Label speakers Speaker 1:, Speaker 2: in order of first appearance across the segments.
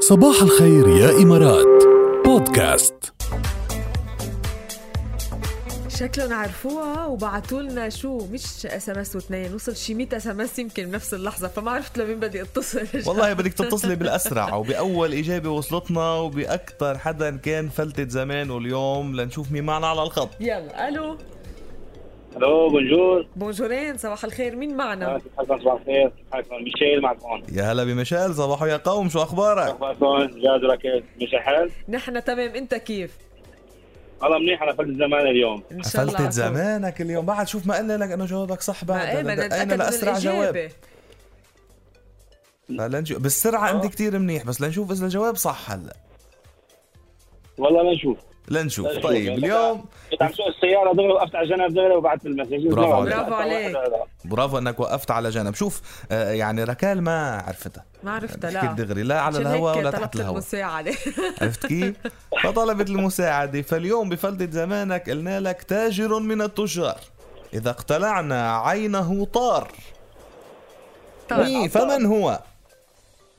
Speaker 1: صباح الخير يا إمارات بودكاست
Speaker 2: شكلهم عرفوها وبعتوا لنا شو مش اس ام اس واثنين وصل شي 100 اس ام اس يمكن بنفس اللحظه فما عرفت لمين بدي اتصل
Speaker 3: والله بدك تتصلي بالاسرع وباول اجابه وصلتنا وباكثر حدا كان فلتة زمان واليوم لنشوف مين معنا على الخط
Speaker 2: يلا الو
Speaker 4: الو بونجور
Speaker 2: بونجورين صباح الخير مين معنا؟
Speaker 4: حسن صباح الخير حسن ميشيل معكم
Speaker 3: يا هلا بمشال صباحو يا قوم شو اخبارك
Speaker 4: اخباركم جاد ركز مش حال
Speaker 2: نحن تمام انت كيف؟
Speaker 4: والله منيح انا فلت زمان اليوم
Speaker 2: ان شاء الله
Speaker 3: فلتة
Speaker 2: عفو.
Speaker 3: زمان اليوم بعد شوف ما قلنا لك انه جوابك صح بعد
Speaker 2: ما ايه بدنا
Speaker 3: دقينا
Speaker 2: نتاكد من
Speaker 3: لاسرع جواب
Speaker 2: الاجابه
Speaker 3: لنشوف بالسرعه
Speaker 2: آه.
Speaker 3: انت كتير منيح بس لنشوف اذا الجواب صح هلا
Speaker 4: والله ما نشوف
Speaker 3: لنشوف
Speaker 4: لنشوف.
Speaker 3: طيب اليوم
Speaker 4: كنت عم سوق السياره دغري وقفت على جنب دغري وبعثت المسج
Speaker 3: برافو
Speaker 4: طبعاً.
Speaker 2: برافو عليك.
Speaker 3: برافو انك وقفت على جنب شوف آه، يعني ركال ما عرفتها
Speaker 2: ما عرفتها
Speaker 3: كيف
Speaker 2: لا
Speaker 3: دغري لا على
Speaker 2: عشان
Speaker 3: الهواء
Speaker 2: هيك
Speaker 3: ولا
Speaker 2: طلبت
Speaker 3: تحت الهواء
Speaker 2: المساعده
Speaker 3: عرفت كيف؟ فطلبت المساعدة فاليوم بفلتة زمانك قلنا لك تاجر من التجار إذا اقتلعنا عينه طار
Speaker 2: طيب
Speaker 3: مين فمن هو؟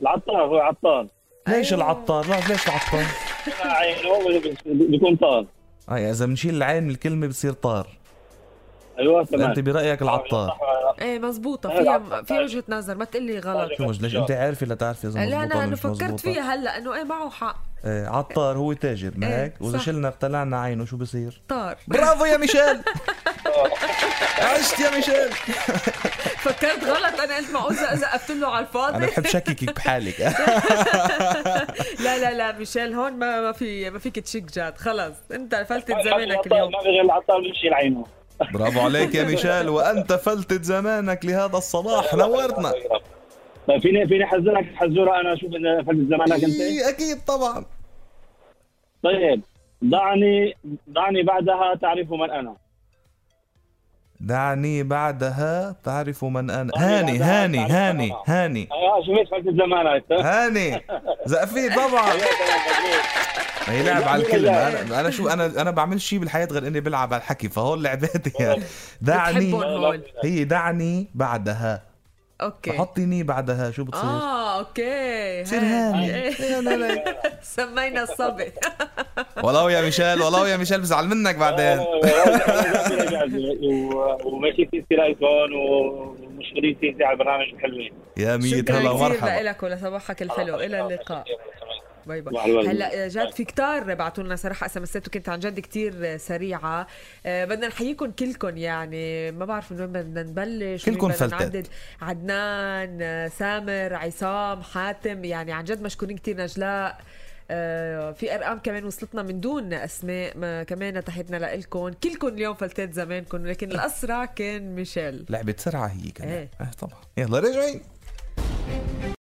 Speaker 4: العطار هو عطار
Speaker 3: ليش
Speaker 2: أيوة.
Speaker 3: العطار؟ لا ليش العطار؟
Speaker 4: عينه بيكون طار
Speaker 3: اه إذا بنشيل العين من الكلمة بصير طار
Speaker 4: ايوه
Speaker 3: أنت
Speaker 4: تمام
Speaker 3: برأيك العطار
Speaker 2: ايه مزبوطه
Speaker 4: أنا
Speaker 2: فيها
Speaker 4: العطار.
Speaker 2: في وجهه نظر ما تقلي غلط
Speaker 3: شو مش ليش أنت عارفة لا تعرفي
Speaker 2: لا
Speaker 3: إذا مزبوطة
Speaker 2: انا
Speaker 3: ولا
Speaker 2: انا
Speaker 3: مش
Speaker 2: فكرت
Speaker 3: مزبوطة
Speaker 2: فيها هلا انه ايه معه حق
Speaker 3: آه، عطار هو تاجر ما
Speaker 2: إيه،
Speaker 3: هيك؟ وإذا
Speaker 2: صح.
Speaker 3: شلنا اقتلعنا عينه شو بصير؟
Speaker 2: طار
Speaker 3: برافو يا ميشيل عشت يا ميشيل
Speaker 2: فكرت غلط انا قلت معقول زقفت له على
Speaker 3: أنا
Speaker 2: الفاضي
Speaker 3: بحب شككك بحالك
Speaker 2: لا لا لا ميشيل هون ما ما في ما فيك تشك جاد خلص انت فلتة زمانك اليوم
Speaker 4: ما في غير العطار بيمشي العينه
Speaker 3: برافو عليك يا ميشيل وانت فلتة زمانك لهذا الصباح نورتنا
Speaker 4: طيب فيني فيني حزنك حزوره انا اشوف ان فلت زمانك انت
Speaker 3: إيه، اكيد طبعا
Speaker 4: طيب ضعني ضعني بعدها تعرف من انا
Speaker 3: دعني بعدها تعرف من انا
Speaker 4: دعني
Speaker 3: هاني
Speaker 4: بعدها
Speaker 3: هاني
Speaker 4: تعرف
Speaker 3: هاني
Speaker 4: من أنا.
Speaker 3: هاني
Speaker 4: اه شفت فلت زمانك
Speaker 3: هاني زقفي طبعا هي لعب على الكلمة أنا, أنا شو أنا أنا بعمل شيء بالحياة غير إني بلعب على الحكي فهول لعباتي يعني
Speaker 2: بتحبهم
Speaker 3: دعني
Speaker 2: هول
Speaker 3: هي دعني بعدها
Speaker 2: اوكي
Speaker 3: فحطيني بعدها شو بتصير؟
Speaker 2: اه اوكي
Speaker 3: بتصير
Speaker 2: هاي.
Speaker 3: هاني
Speaker 2: إيه.
Speaker 3: إيه، لا، لا.
Speaker 2: سمينا الصبي
Speaker 3: ولو يا ميشيل ولو يا ميشيل بزعل منك بعدين
Speaker 4: وماشي في تلايفون ومشغولين في على البرنامج الحلوين
Speaker 3: يا ميت
Speaker 2: شكرا
Speaker 3: هلا
Speaker 2: كثير
Speaker 3: ومرحبا
Speaker 2: لك ولصباحك الحلو الى اللقاء باي
Speaker 4: مع الوالد.
Speaker 2: باي هلا آه، جاد في كتار بعثوا لنا صراحه اس ام اسات وكنت عن جد كتير سريعه آه، بدنا نحييكم كلكم يعني ما بعرف من وين بدنا نبلش
Speaker 3: كلكن
Speaker 2: وين بدنا
Speaker 3: فلتات.
Speaker 2: نعدد. عدنان آه، سامر عصام حاتم يعني عن جد مشكورين كتير نجلاء آه، في ارقام كمان وصلتنا من دون اسماء ما كمان تحيتنا لكم كلكم اليوم فلتات زمانكم لكن الاسرع كان ميشيل
Speaker 3: لعبة سرعة هي كمان
Speaker 2: إيه.
Speaker 3: ايه طبعا يلا راجعين